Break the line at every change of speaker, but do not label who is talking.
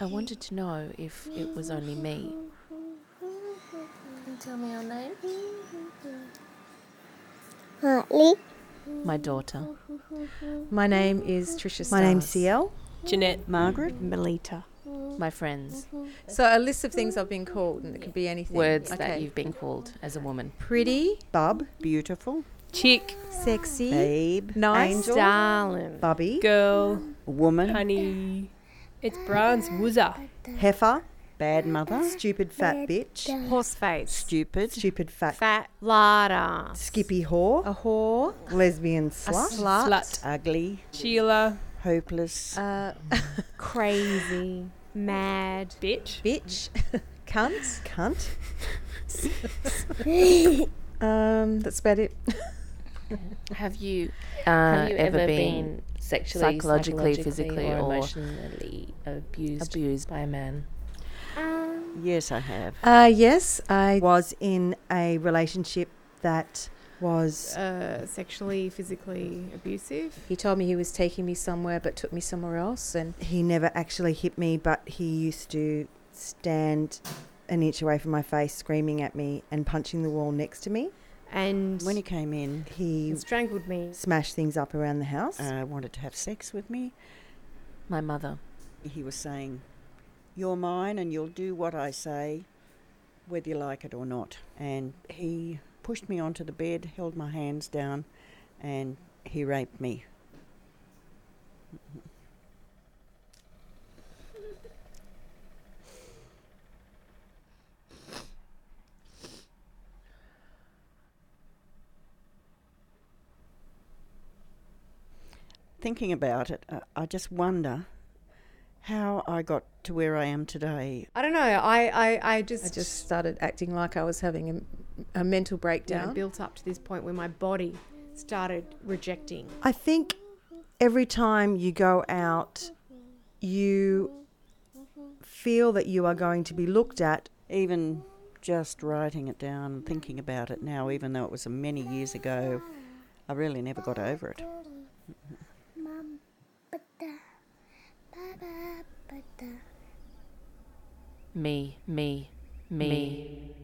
I wanted to know if it was only me.
Can you tell me your name?
Hartley.
My daughter.
My name is Tricia.
My name's
Stiles.
CL.
Jeanette Margaret.
Melita.
My friends.
So a list of things I've been called, and it could be anything.
Words that you've been called as a woman.
pretty,
Bub. Beautiful.
Chick.
sexy,
Babe.
nice,
Angel.
Darling.
Bubby.
Girl.
Woman.
Honey. It's Bran's Woozer.
Heifer. Bad mother. Stupid fat bitch.
Horse face.
Stupid. Stupid fat.
Fat larder.
Skippy whore.
a whore,
Oh,
Lesbian slut.
Slut.
Ugly.
Sheila.
Hopeless.
Uh,
a
Crazy. Mad.
Bitch.
bitch, cunt.
Cunt.
Um, that's about it.
Have you, uh,
you
ever,
ever
been,
been sexually,
psychologically,
psychologically,
physically,
or,
or
emotionally abused?
abused by a man?
Yes, I have.
Uh, yes, I
was in a relationship that was
Uh, sexually, physically abusive.
He told me he was taking me somewhere, but took me somewhere else, and
he never actually hit me, but he used to stand an inch away from my face, screaming at me and punching the wall next to me.
And
When he came in,
He
strangled me.
smashed things up around the house.
uh, wanted to have sex with me.
My mother.
He was saying, "You're mine, and you'll do what I say, whether you like it or not." And he pushed me onto the bed, held my hands down, and he raped me. Thinking about it, uh, I just wonder how I got to where I am today.
I don't know. I, I, I just.
I just started acting like I was having a, a mental
Yeah.
breakdown.
built up to this point where my body started rejecting.
I think every time you go out, you feel that you are going to be looked at.
Even just writing it down and thinking about it now, even though it was many years ago, I really never got over it.
Me, me, me, me,